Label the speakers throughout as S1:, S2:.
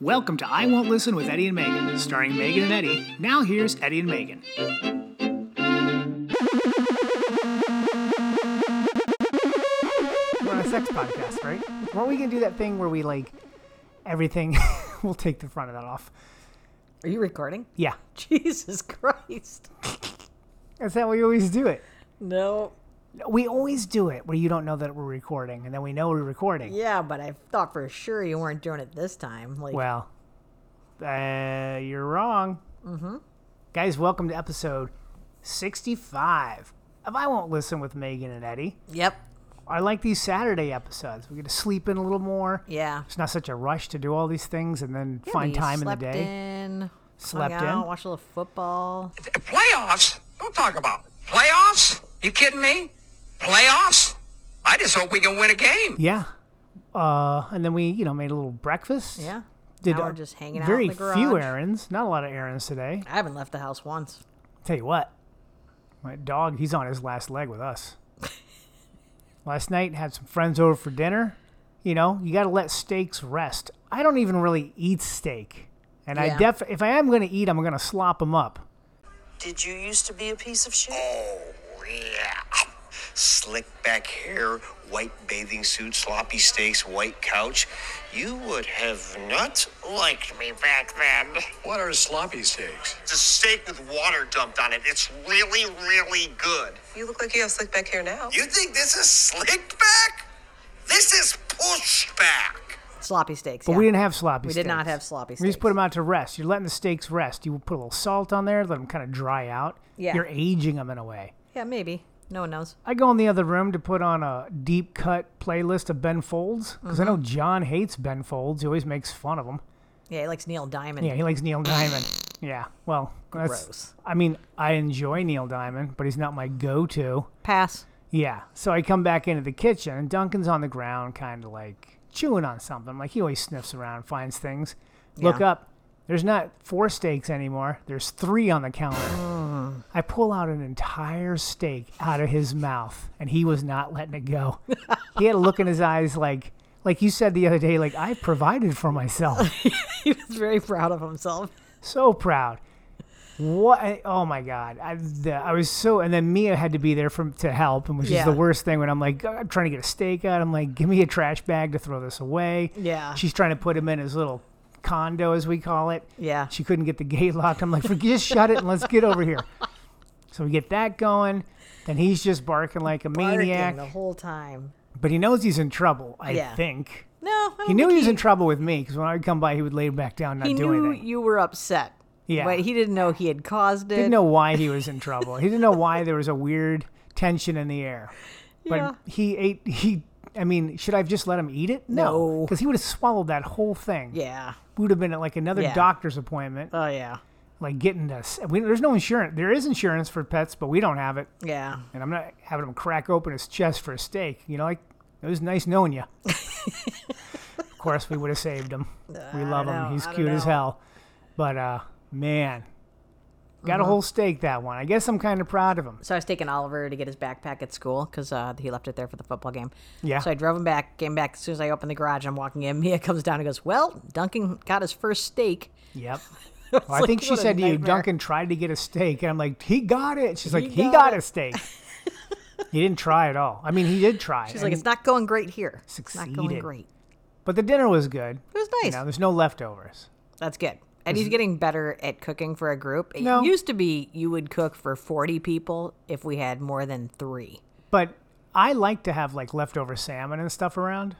S1: Welcome to I Won't Listen with Eddie and Megan, starring Megan and Eddie. Now here's Eddie and Megan.
S2: We're on a sex podcast, right? Weren't we gonna do that thing where we like everything? we'll take the front of that off.
S3: Are you recording?
S2: Yeah,
S3: Jesus Christ.
S2: that's how we always do it.
S3: No.
S2: We always do it where you don't know that we're recording, and then we know we're recording.
S3: Yeah, but I thought for sure you weren't doing it this time. Like,
S2: Well, uh, you're wrong. Mm-hmm. Guys, welcome to episode 65 of I Won't Listen with Megan and Eddie.
S3: yep.
S2: I like these Saturday episodes. We get to sleep in a little more.
S3: Yeah.
S2: It's not such a rush to do all these things and then
S3: Yeah,
S2: find
S3: you
S2: time in the
S3: slept
S2: day.
S3: In,
S2: Slept
S3: hung out,
S2: in?
S3: Watched a little football.
S4: Playoffs? Don't talk about it. playoffs. You kidding me? Playoffs? I just hope we can win a game.
S2: Yeah. Uh, and then we, you know, made a little breakfast.
S3: Yeah.
S2: Did
S3: Now we're
S2: uh,
S3: just hanging out in
S2: very
S3: the garage.
S2: few errands. Not a lot of errands today.
S3: I haven't left the house once.
S2: Tell you what, my dog, he's on his last leg with us. last night, had some friends over for dinner. You know, you got to let steaks rest. I don't even really eat steak, and I
S3: Yeah.
S2: def if I am going to eat, I'm going to slop them up.
S5: Did you used to be a piece of shit?
S6: Oh, yeah. Slick back hair, white bathing suit, sloppy steaks, white couch. You would have not liked me back then.
S7: What are sloppy steaks?
S6: It's a steak with water dumped on it. It's really, really good.
S5: You look like you have slick back hair now.
S6: You think this is slicked back? This is pushed back.
S3: Sloppy steaks.
S2: But we didn't have sloppy.
S3: We
S2: steaks.
S3: did not have sloppy
S2: We just put
S3: steaks.
S2: them out to rest. You're letting the steaks rest. You put a little salt on there, let them kind of dry out.
S3: Yeah.
S2: You're aging them in a way.
S3: yeah, maybe. No one knows.
S2: I go in the other room to put on a deep cut playlist of Ben Folds because
S3: Mm-hmm.
S2: I know John hates Ben Folds. He always makes fun of him.
S3: Yeah, he likes Neil Diamond.
S2: Yeah, he likes Neil Diamond. Yeah, well, that's.
S3: Gross.
S2: I mean, I enjoy Neil Diamond, but he's not my go-to.
S3: Pass.
S2: Yeah, so I come back into the kitchen and Duncan's on the ground, kind of like chewing on something. Like he always sniffs around, finds things. Look
S3: Yeah.
S2: up. There's not four steaks anymore. There's three on the counter.
S3: Mm.
S2: I pull out an entire steak out of his mouth, and he was not letting it go. he had a look in his eyes, like like you said the other day, like I provided for myself.
S3: He was very proud of himself.
S2: so proud. What? Oh my God! I, the, I was so, and then Mia had to be there from to help, and which
S3: Yeah.
S2: is the worst thing when I'm like, I'm trying to get a steak out. I'm like, give me a trash bag to throw this away.
S3: Yeah.
S2: She's trying to put him in his little condo, as we call it.
S3: Yeah.
S2: She couldn't get the gate locked. I'm like, "Forget- just shut it and let's get over here. So we get that going. Then he's just barking like a maniac,
S3: Barking the whole time.
S2: but he knows he's in trouble. I
S3: Yeah.
S2: think
S3: No, I don't
S2: he knew
S3: think
S2: he was in trouble with me because when I would come by, he would lay back down, not
S3: He
S2: do
S3: knew
S2: anything.
S3: you were upset.
S2: Yeah.
S3: But he didn't know he had caused it.
S2: didn't know why he was in trouble. He didn't know why there was a weird tension in the air. But
S3: Yeah.
S2: he ate. He. I mean, should I have just let him eat it? No,
S3: No.
S2: because he would have swallowed that whole thing.
S3: Yeah.
S2: we would have been at like another
S3: Yeah.
S2: doctor's appointment,
S3: Oh, yeah.
S2: like getting this. We, there's no insurance. There is insurance for pets, but we don't have it.
S3: Yeah.
S2: And I'm not having him crack open his chest for a steak. You know, like it was nice knowing you. of course, we would have saved him. We love him.
S3: know.
S2: He's
S3: I don't
S2: cute as
S3: know.
S2: hell. But uh, man, got
S3: Mm-hmm.
S2: a whole steak that one. I guess I'm kind of proud of him.
S3: So I was taking Oliver to get his backpack at school because uh, he left it there for the football game.
S2: Yeah.
S3: So I drove him back, came back. As soon as I opened the garage, I'm walking in. Mia comes down and goes, Well, Duncan got his first steak.
S2: Yep.
S3: It's
S2: Well, I think
S3: like,
S2: she
S3: what a
S2: said to you,
S3: nightmare.
S2: Duncan tried to get a steak, and I'm like, he got it. She's like, he
S3: got
S2: got, a steak. he didn't try at all. I mean, he did try.
S3: She's like, It's not going great here. It's not going
S2: Succeeded.
S3: great.
S2: but the dinner was good.
S3: It was
S2: You
S3: nice.
S2: know, there's no leftovers.
S3: That's good. And he's getting better at cooking for a group. It
S2: No.
S3: used to be you would cook for 40 people if we had more than three.
S2: But I like to have like leftover salmon and stuff around.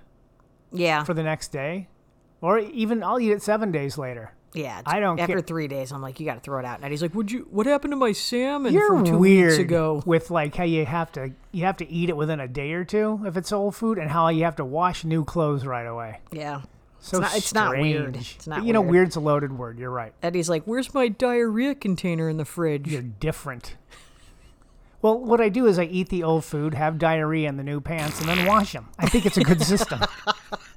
S3: Yeah.
S2: for the next day, or even I'll eat it seven days later.
S3: yeah.
S2: I don't
S3: After
S2: care.
S3: three days, I'm like, You got to throw it out. And he's like, Would you, What happened to my salmon
S2: You're
S3: from two
S2: weird
S3: weeks ago?
S2: with like how you have to you have to eat it within a day or two if it's old food, and how you have to wash new clothes right away.
S3: Yeah.
S2: So
S3: not- it's not weird.
S2: strange.
S3: It's not
S2: But, you know,
S3: weird.
S2: weird's a loaded word. You're right.
S3: Eddie's like, Where's my diarrhea container in the fridge?
S2: You're different. Well, what I do is I eat the old food, have diarrhea in the new pants, and then wash them. I think it's a good system.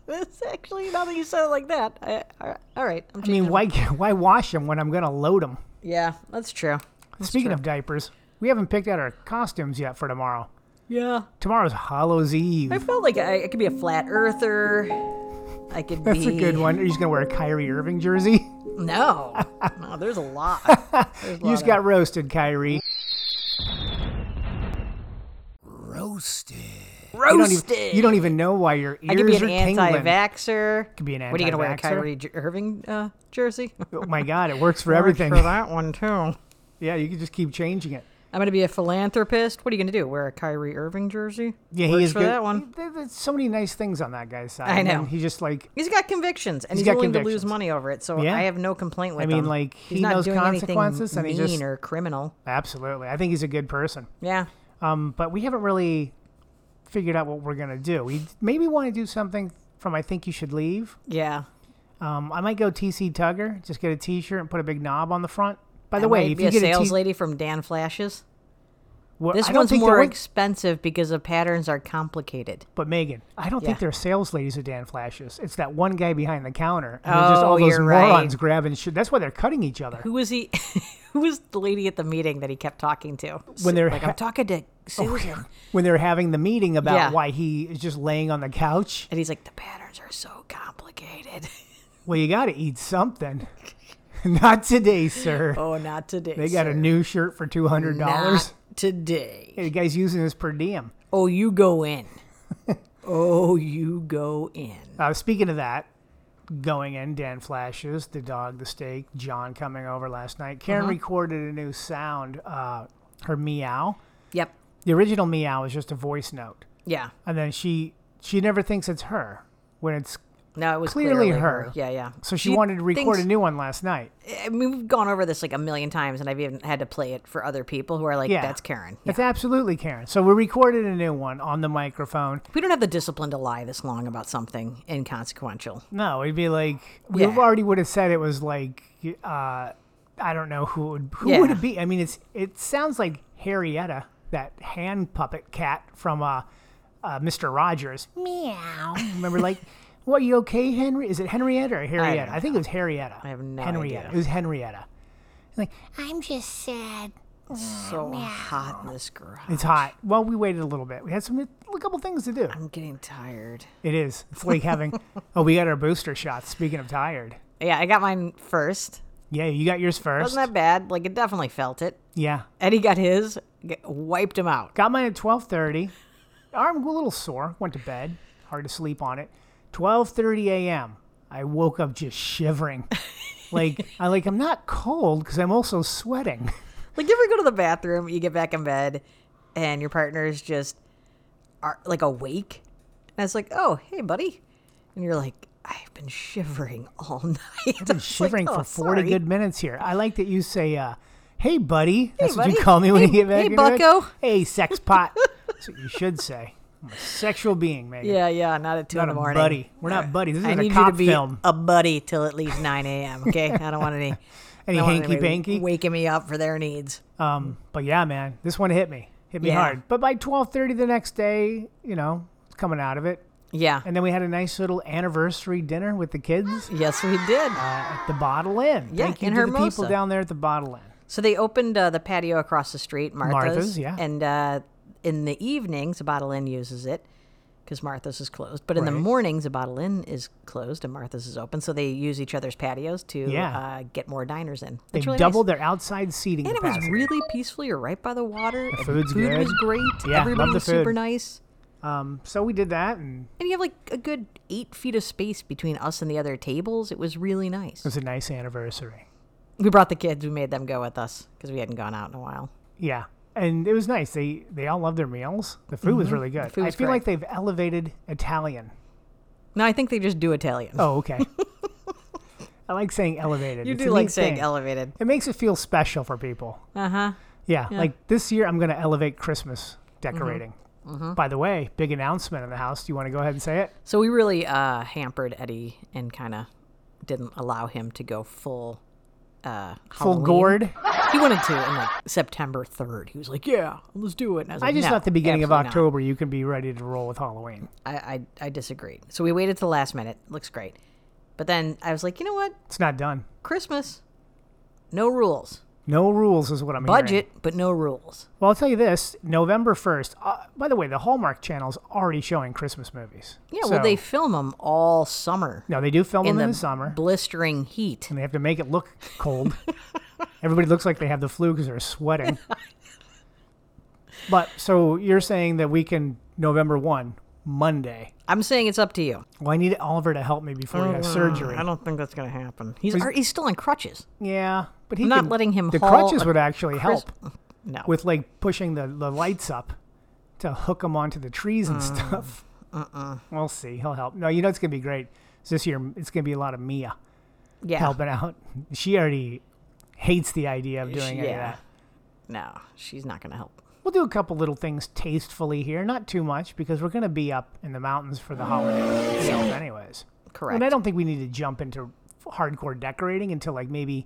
S3: That's actually now that you said it like that. I, I, all right, I'm
S2: I mean, why why wash them when I'm gonna load them?
S3: yeah, that's true.
S2: Speaking of diapers, we haven't picked out our costumes yet for tomorrow.
S3: Yeah,
S2: Tomorrow's Hallows Eve.
S3: I felt like I, I could be a flat earther. I could
S2: That's
S3: be
S2: a good one. Are you just gonna wear a Kyrie Irving jersey?
S3: No, no, there's a lot. There's a
S2: You
S3: lot
S2: just
S3: of-
S2: got roasted, Kyrie. You don't,
S3: roasted.
S2: even, you don't even know why your ears
S3: I could be an
S2: are tingling.
S3: anti-vaxer.
S2: Could be an
S3: What are you gonna wear, a
S2: anti-vaxxer.
S3: Kyrie J- Irving uh, jersey?
S2: Oh my god, it works for
S3: Works
S2: everything.
S3: for that one too. I'm
S2: Yeah, you can just keep changing it.
S3: gonna be a philanthropist. What are you gonna do? Wear a Kyrie Irving jersey?
S2: Yeah,
S3: Works
S2: he is
S3: for
S2: good.
S3: that one.
S2: There- There's so many nice things on that guy's side.
S3: I
S2: and
S3: know.
S2: He just like
S3: He's got convictions, and
S2: He's
S3: he's,
S2: got
S3: willing to lose
S2: convictions.
S3: money over it. So
S2: Yeah.
S3: I have no complaint with
S2: I
S3: him.
S2: mean, like,
S3: he's
S2: he
S3: not
S2: knows
S3: doing
S2: consequences,
S3: anything
S2: and he
S3: mean
S2: just-
S3: or criminal.
S2: absolutely. I think he's a good person.
S3: Yeah,
S2: Um, but we haven't really figured out what we're gonna do. We maybe want to do something from I think you should leave.
S3: yeah.
S2: Um, I might go TC Tugger. Just get a T-shirt and put a big knob on the front. By the
S3: That
S2: way,
S3: might
S2: if
S3: be
S2: you
S3: a
S2: get
S3: sales
S2: a t-
S3: lady from Dan Flash's.
S2: Well,
S3: This
S2: I don't
S3: one's
S2: think there
S3: more
S2: was-
S3: expensive because the patterns are complicated.
S2: But Megan, I don't think
S3: Yeah.
S2: they're sales ladies at Dan Flash's. It's that one guy behind the counter. And
S3: Oh,
S2: there's just all those
S3: you're right.
S2: morons grabbing shit. That's why they're cutting each other.
S3: Who was he? who was the lady at the meeting that he kept talking to?
S2: When they're
S3: like,
S2: ha- Oh,
S3: I'm talking to Susan,
S2: When they're having the meeting about
S3: Yeah.
S2: why he is just laying on the couch.
S3: and he's like, the patterns are so complicated.
S2: Well, you got to eat something. Not today, sir.
S3: oh, not today.
S2: they got a new shirt for two hundred dollars.
S3: today.
S2: The guy's using this per diem.
S3: Oh, you go in. oh, you go in.
S2: Uh, speaking of that, going in, Dan flashes the dog, the steak. John coming over last night. Karen recorded a new sound. Uh, her meow.
S3: Yep.
S2: The original meow is just a voice note.
S3: Yeah.
S2: and then she she never thinks it's her when it's
S3: No, it was
S2: Clearly
S3: clearly,
S2: her.
S3: Yeah, yeah.
S2: so she, wanted to record
S3: thinks-
S2: a new one last night.
S3: I mean, we've gone over this like a million times, and I've even had to play it for other people who are like,
S2: Yeah,
S3: "That's Karen."
S2: That's absolutely Karen. So we recorded a new one on the microphone.
S3: We don't have the discipline to lie this long about something inconsequential.
S2: No, it'd be like we
S3: Yeah.
S2: already would have said it was like uh, I don't know who it would who
S3: Yeah.
S2: would it be? I mean, it's it sounds like Harrietta, that hand puppet cat from uh, uh, Mister Rogers. Meow. Remember, like, what? You okay, Henry? Is it Henrietta or Harrietta? I, think it was Harrietta. I
S3: have no
S2: Henrietta.
S3: idea.
S2: It was Henrietta. Like
S8: I'm just sad.
S3: So hot in this garage.
S2: It's hot. Well, we waited a little bit. We had some a couple things to do.
S3: I'm getting tired.
S2: It is. It's like having. oh, we got our booster shots. Speaking of tired,
S3: Yeah, I got mine first.
S2: yeah, you got yours 1st
S3: Wasn't that bad? Like, it definitely felt it.
S2: yeah,
S3: Eddie got his, g- wiped him out.
S2: got mine at twelve thirty. Arm a little sore. Went to bed. Hard to sleep on it. Twelve thirty a.m. I woke up just shivering. like I like I'm not cold because I'm also sweating.
S3: Like, you ever go to the bathroom, you get back in bed, and your partner is just are like awake, and it's like, "Oh, hey, buddy," and you're like, "I've been shivering all night. I've been
S2: shivering
S3: oh,
S2: for forty good minutes here. I like that you say, uh, "Hey, buddy." That's what you
S3: buddy.
S2: call me when
S3: Hey-
S2: you get back.
S3: hey,
S2: into bed.
S3: bucko.
S2: Hey, sex pot. That's what you should say. I'm a sexual being, Megan.
S3: Yeah, yeah, not at two
S2: Not
S3: in
S2: a
S3: the morning.
S2: buddy. We're not buddies. This
S3: I
S2: is a
S3: need
S2: cop
S3: you to be
S2: film.
S3: a buddy till at least nine a.m. Okay, I don't want any
S2: Any
S3: I don't want
S2: hanky
S3: anybody
S2: panky.
S3: waking me up for their needs.
S2: Um, but yeah, man, this one hit me. Hit me
S3: Yeah.
S2: hard. But by twelve thirty the next day, you know, it's coming out of it.
S3: Yeah,
S2: And then we had a nice little anniversary dinner with the kids
S3: yes, we did.
S2: at the Bottle Inn.
S3: Yeah,
S2: Thank you
S3: in
S2: to the people
S3: Hermosa.
S2: down there at the Bottle Inn.
S3: So they opened uh, the patio across the street, Martha's.
S2: Martha's, yeah.
S3: And uh, in the evenings, a bottle inn uses it because Martha's is closed. But in the
S2: Right.
S3: mornings, a bottle inn is closed and Martha's is open. So they use each otherher's patios to
S2: Yeah.
S3: uh, get more diners in.
S2: They
S3: It's really nice.
S2: doubled their outside seating
S3: And it
S2: capacity.
S3: was really peaceful. You're right by the water. The
S2: food's
S3: food
S2: good.
S3: was great.
S2: Yeah, love
S3: Everybody
S2: the
S3: was super
S2: food.
S3: nice.
S2: um, so we did that and
S3: And you have like a good eight feet of space between us and the other tables. It was really nice.
S2: It was a nice anniversary.
S3: We brought the kids. We made them go with us because we hadn't gone out in a while.
S2: Yeah. And it was nice. They they all loved their meals. The food was really good.
S3: Mm-hmm. food
S2: I
S3: was
S2: feel
S3: great.
S2: like they've elevated Italian.
S3: No, I think they just do Italian.
S2: Oh, okay. I like saying elevated.
S3: you
S2: It's a
S3: do like
S2: neat
S3: saying
S2: thing.
S3: elevated.
S2: It makes it feel special for people.
S3: Uh huh.
S2: Yeah, Like this year, I'm going to elevate Christmas decorating.
S3: Mm-hmm.
S2: By the way, big announcement in the house. Do you want to go ahead and say it?
S3: So we really uh, hampered Eddie and kind of didn't allow him to go full. Uh,
S2: Full
S3: Halloween.
S2: gourd.
S3: He wanted to in like September third. He was like, "Yeah, let's do it." And I, was
S2: I
S3: like,
S2: just
S3: "No,
S2: thought the beginning of
S3: absolutely
S2: October, you can be ready to roll with Halloween.
S3: not." I, I I disagreed. So we waited till the last minute. Looks great, but then I was like, you know what?
S2: It's not done.
S3: Christmas, no rules.
S2: No rules is what I'm hearing.
S3: Budget, but no rules.
S2: Well, I'll tell you this: November first. Uh, by the way, the Hallmark Channel is already showing Christmas movies.
S3: Yeah, well,
S2: So-
S3: they film them all summer
S2: no, they do film
S3: in
S2: them
S3: the,
S2: in the summer,
S3: blistering heat.
S2: and they have to make it look cold. Everybody looks like they have the flu because they're sweating. but so you're saying that we can November one, Monday.
S3: I'm saying it's up to you.
S2: Well, I need Oliver to help me before he has surgery.
S3: Oh, I don't think that's gonna happen. He's or he's still on crutches.
S2: Yeah, but he
S3: I'm not
S2: can-
S3: letting him
S2: The
S3: haul
S2: crutches
S3: a
S2: would actually
S3: Chris-
S2: help
S3: No.
S2: with like pushing the, the lights up to hook him onto the trees
S3: Uh,
S2: and stuff. Uh-uh. We'll see. He'll help. No, you know it's gonna be great. It's This year, it's gonna be a lot of Mia
S3: yeah.
S2: helping out. She already hates the idea of doing any of
S3: yeah.
S2: that.
S3: No, she's not gonna help.
S2: We'll do a couple little things tastefully here, not too much, because we're gonna be up in the mountains for the holiday itself, anyways.
S3: Correct.
S2: And I don't think we need to jump into hardcore decorating until like maybe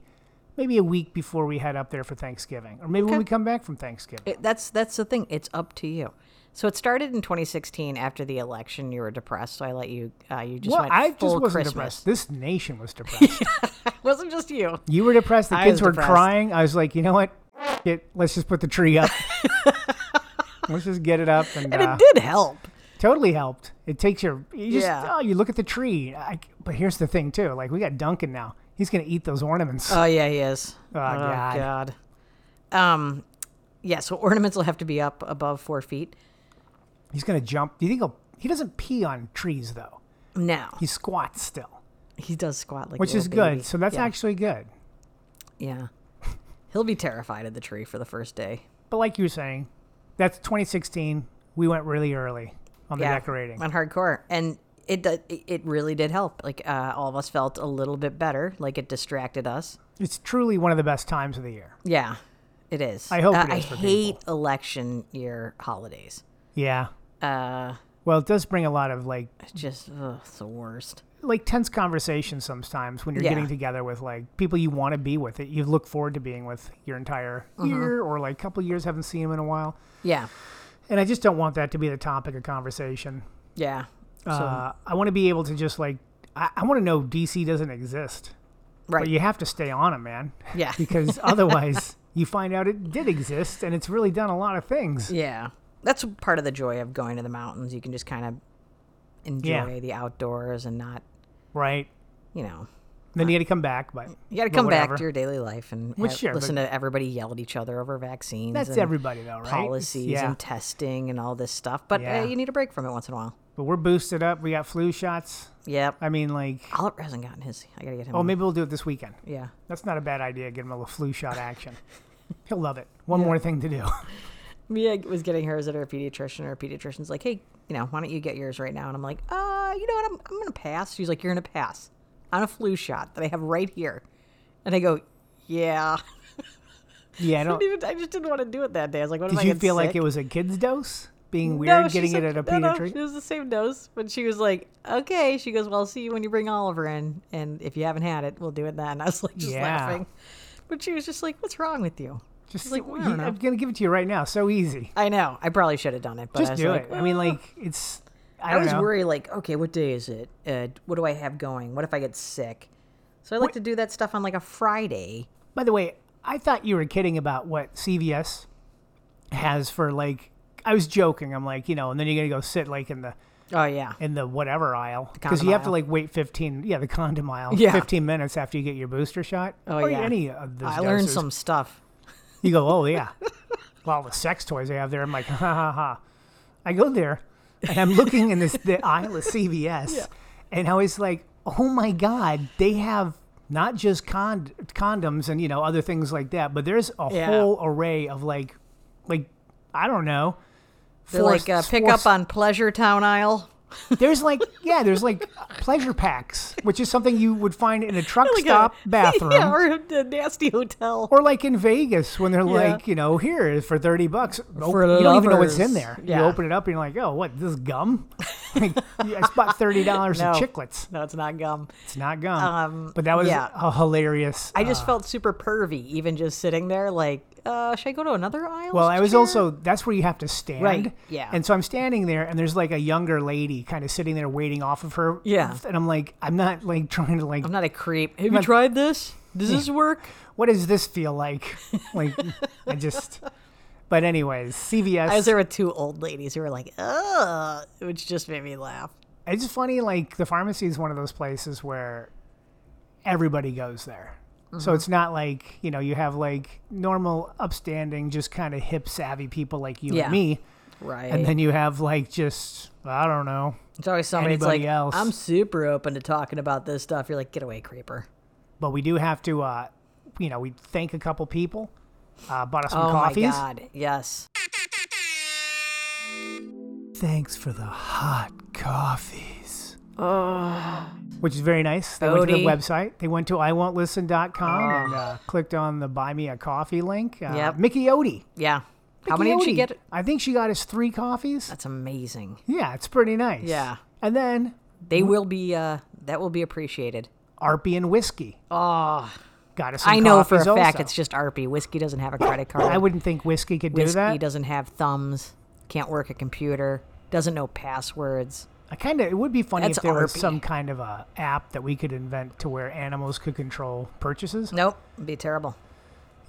S2: maybe a week before we head up there for Thanksgiving, or maybe when we come back from Thanksgiving.
S3: It- that's that's the thing. It's up to you. So it started in 2016 after the election. You were depressed, so I let you. Uh, you just
S2: well,
S3: went
S2: I
S3: full
S2: just wasn't
S3: Christmas.
S2: depressed. This nation was depressed.
S3: It wasn't just you.
S2: you were depressed. The
S3: I
S2: kids
S3: was
S2: were
S3: depressed.
S2: crying. I was like, you know what? F- It. Let's just put the tree up. let's just get it up, and,
S3: And
S2: uh,
S3: it did help.
S2: totally helped. It takes your. You just,
S3: Yeah.
S2: Oh, you look at the tree. I, but here's the thing too. Like we got Duncan now. He's gonna eat those ornaments.
S3: Oh yeah, he is. Oh,
S2: God.
S3: God. Um, yeah. So ornaments will have to be up above four feet.
S2: He's gonna jump. Do you think he'll? He doesn't pee on trees though.
S3: Now
S2: He squats still.
S3: he does squat like a
S2: which
S3: little
S2: is good.
S3: baby.
S2: So that's
S3: Yeah.
S2: actually good.
S3: yeah. He'll be terrified of the tree for the first day.
S2: But like you were saying, that's 2016. We went really early on the
S3: yeah,
S2: decorating.
S3: on hardcore, and it do- it it really did help. Like uh, all of us felt a little bit better. Like it distracted us.
S2: It's truly one of the best times of the year.
S3: Yeah, it is.
S2: I hope
S3: Uh,
S2: it
S3: I
S2: is for
S3: hate election year holidays.
S2: Yeah.
S3: Uh,
S2: Well, it does bring a lot of like
S3: it's just ugh, it's the worst.
S2: like tense conversations sometimes when you're
S3: Yeah.
S2: getting together with like people you want to be with that you look forward to being with your entire
S3: Mm-hmm.
S2: year or like couple years haven't seen them in a while.
S3: Yeah,
S2: And I just don't want that to be the topic of conversation.
S3: yeah. So
S2: Uh, I want to be able to just like I, I want to know DC doesn't exist.
S3: right,
S2: But you have to stay on it, man.
S3: Yeah.
S2: Because otherwise, you find out it did exist and it's really done a lot of things.
S3: yeah. That's part of the joy of going to the mountains. You can just kind of enjoy the outdoors and not,
S2: Right.
S3: you know,
S2: Then you got to come back, but
S3: you got to
S2: but
S3: come back
S2: whatever.
S3: to your daily life and
S2: Well,
S3: have-
S2: sure, but-
S3: listen to everybody yell at each other over vaccines.
S2: That's
S3: and
S2: everybody, though, right?
S3: Policies
S2: Yeah.
S3: and testing and all this stuff. But
S2: Yeah.
S3: uh, you need a break from it once in a while.
S2: But we're boosted up. We got flu shots.
S3: Yep.
S2: I mean, like,
S3: Oliver hasn't gotten his. I gotta get him.
S2: oh,
S3: one.
S2: maybe we'll do it this weekend.
S3: Yeah.
S2: That's not a bad idea. Get him a little flu shot action. He'll love it. One more thing to do.
S3: Mia was getting hers at her pediatrician. Her pediatrician's like, "Hey, you know, why don't you get yours right now?" And I'm like, "Uh, you know what? I'm I'm gonna pass." She's like, "You're gonna pass on a flu shot that I have right here," and I go, "Yeah."
S2: Yeah. I
S3: I,
S2: don't,
S3: didn't even, I just didn't want to do it that day. I was like, "What am
S2: did
S3: I?"
S2: you
S3: get
S2: feel like
S3: sick?
S2: it was a kid's dose? Being
S3: No,
S2: weird
S3: she
S2: getting
S3: said-
S2: it at a
S3: no, no,
S2: pediatric?
S3: it was the same dose, but she was like, "Okay." She goes, "Well, I'll see you when you bring Oliver in, and if you haven't had it, we'll do it then." I was like, just
S2: Yeah.
S3: laughing, but she was just like, "What's wrong with you?"
S2: Just
S3: like,
S2: like,
S3: well, I don't know.
S2: I'm going to give it to you right now. So easy.
S3: I know. I probably should have done it, but I
S2: Just
S3: was
S2: do
S3: like,
S2: it. I mean,
S3: "Well."
S2: like, it's. I,
S3: I
S2: don't
S3: always
S2: know.
S3: worry, like, okay, what day is it? Uh, what do I have going? What if I get sick? So I like to do that stuff on like a Friday.
S2: By the way, I thought you were kidding about what CVS has for like. I was joking. I'm like, you know, and then you're gonna go sit like in the
S3: Oh yeah,
S2: in the whatever aisle because
S3: condom
S2: you have to
S3: aisle.
S2: like wait 15. Yeah, the condom aisle.
S3: Yeah.
S2: 15 minutes after you get your booster shot.
S3: Oh,
S2: or
S3: yeah.
S2: Any of those.
S3: I learned
S2: doses.
S3: some stuff.
S2: You go, oh yeah. well, the sex toys they have there. I'm like, ha ha ha. I go there and I'm looking in this the aisle of CVS, and I was like, oh my god, they have not just cond- condoms and you know other things like that, but there's a
S3: Yeah.
S2: whole array of like, like I don't know.
S3: They're like uh, pick up on Pleasure Town aisle,
S2: There's like yeah, there's like pleasure packs, which is something you would find in a truck
S3: Like a-
S2: stop bathroom.
S3: yeah, or a nasty hotel.
S2: Or like in Vegas when they're
S3: Yeah.
S2: like, you know, here for thirty bucks. Op-
S3: For
S2: you don't even know what's in
S3: lovers.
S2: there.
S3: Yeah.
S2: You open it up and you're like, oh, what? This is gum? like, yeah, I spot thirty dollars
S3: No.
S2: in chiclets.
S3: no, it's not gum.
S2: It's not gum.
S3: Um,
S2: but that was
S3: yeah.
S2: a hilarious.
S3: I just felt super pervy, even just sitting there. Like, uh, should I go to another aisle?
S2: well, I was
S3: chair?
S2: also that's where you have to stand.
S3: Right, yeah.
S2: And so I'm standing there, and there's like a younger lady kind of sitting there waiting off of her.
S3: Yeah.
S2: And I'm like, I'm not like trying to like.
S3: I'm not a creep. Have you tried this?
S8: Does this work?
S2: What does this feel like? Like, I just. But anyways, CVS.
S3: I was there with two old ladies who were like, ugh, which just made me laugh.
S2: It's just funny, like the pharmacy is one of those places where everybody goes there.
S3: Mm-hmm.
S2: So it's not like, you know, you have like normal, upstanding, just kind of hip savvy people like you
S3: Yeah.
S2: and me.
S3: Right.
S2: And then you have like just, I don't know.
S3: it's always somebody that's like,
S2: anybody else.
S3: I'm super open to talking about this stuff. You're like, get away, creeper.
S2: But we do have to, uh, you know, we thank a couple people. Uh, bought us some
S3: oh
S2: coffees.
S3: my God. Yes.
S2: Thanks for the hot coffees. Which is very nice. They went to the
S3: Odie.
S2: website. They went to iwon'tlisten.com and uh, clicked on the buy me a coffee link. Uh,
S3: Yep.
S2: Mickey Odie.
S3: Yeah. How many did she
S2: Odie.
S3: get?
S2: I think she got us three coffees.
S3: That's amazing.
S2: Yeah, it's pretty nice.
S3: Yeah.
S2: And then
S3: They will be, uh, that will be appreciated.
S2: Arpy and Whiskey. Oh. Got us some
S3: I know for a
S2: coffees
S3: fact
S2: also.
S3: it's just RP. Whiskey doesn't have a credit card.
S2: I wouldn't think Whiskey could do
S3: Whiskey
S2: that.
S3: doesn't have thumbs, can't work a computer, doesn't know passwords.
S2: I kind of, it would be funny
S3: That's
S2: if there was
S3: Arpy.
S2: some kind of a app that we could invent to where animals could control purchases.
S3: Nope, it'd be terrible.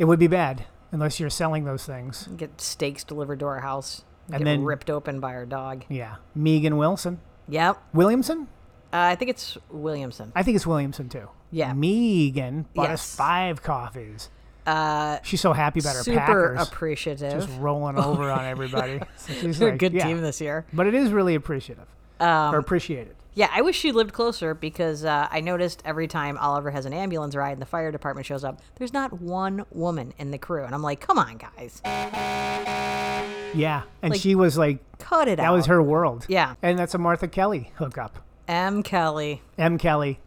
S2: It would be bad unless you're selling those things.
S3: Get steaks delivered to our house,
S2: And
S3: get
S2: then-
S3: ripped open by our dog.
S2: Yeah. Megan Wilson.
S3: Yep, uh,
S2: Williamson?
S3: I think it's Williamson.
S2: I think it's Williamson too.
S3: Yeah.
S2: Megan bought us
S3: Yes.
S2: five coffees. Uh, she's so happy about her
S3: Super
S2: Packers.
S3: appreciative.
S2: just rolling over on everybody. So she's
S3: They're a
S2: like,
S3: good
S2: yeah.
S3: team this year. Um,
S2: But it is really appreciative or appreciated.
S3: Yeah, I wish she lived closer because uh, I noticed every time Oliver has an ambulance ride and the fire department shows up, there's not one woman in the crew, and I'm like, come on, guys,
S2: Yeah, and
S3: like,
S2: she was like,
S3: cut it out.
S2: that was her world.
S3: Yeah.
S2: and that's a Martha Kelly hookup.
S3: M. Kelly.
S2: M. Kelly.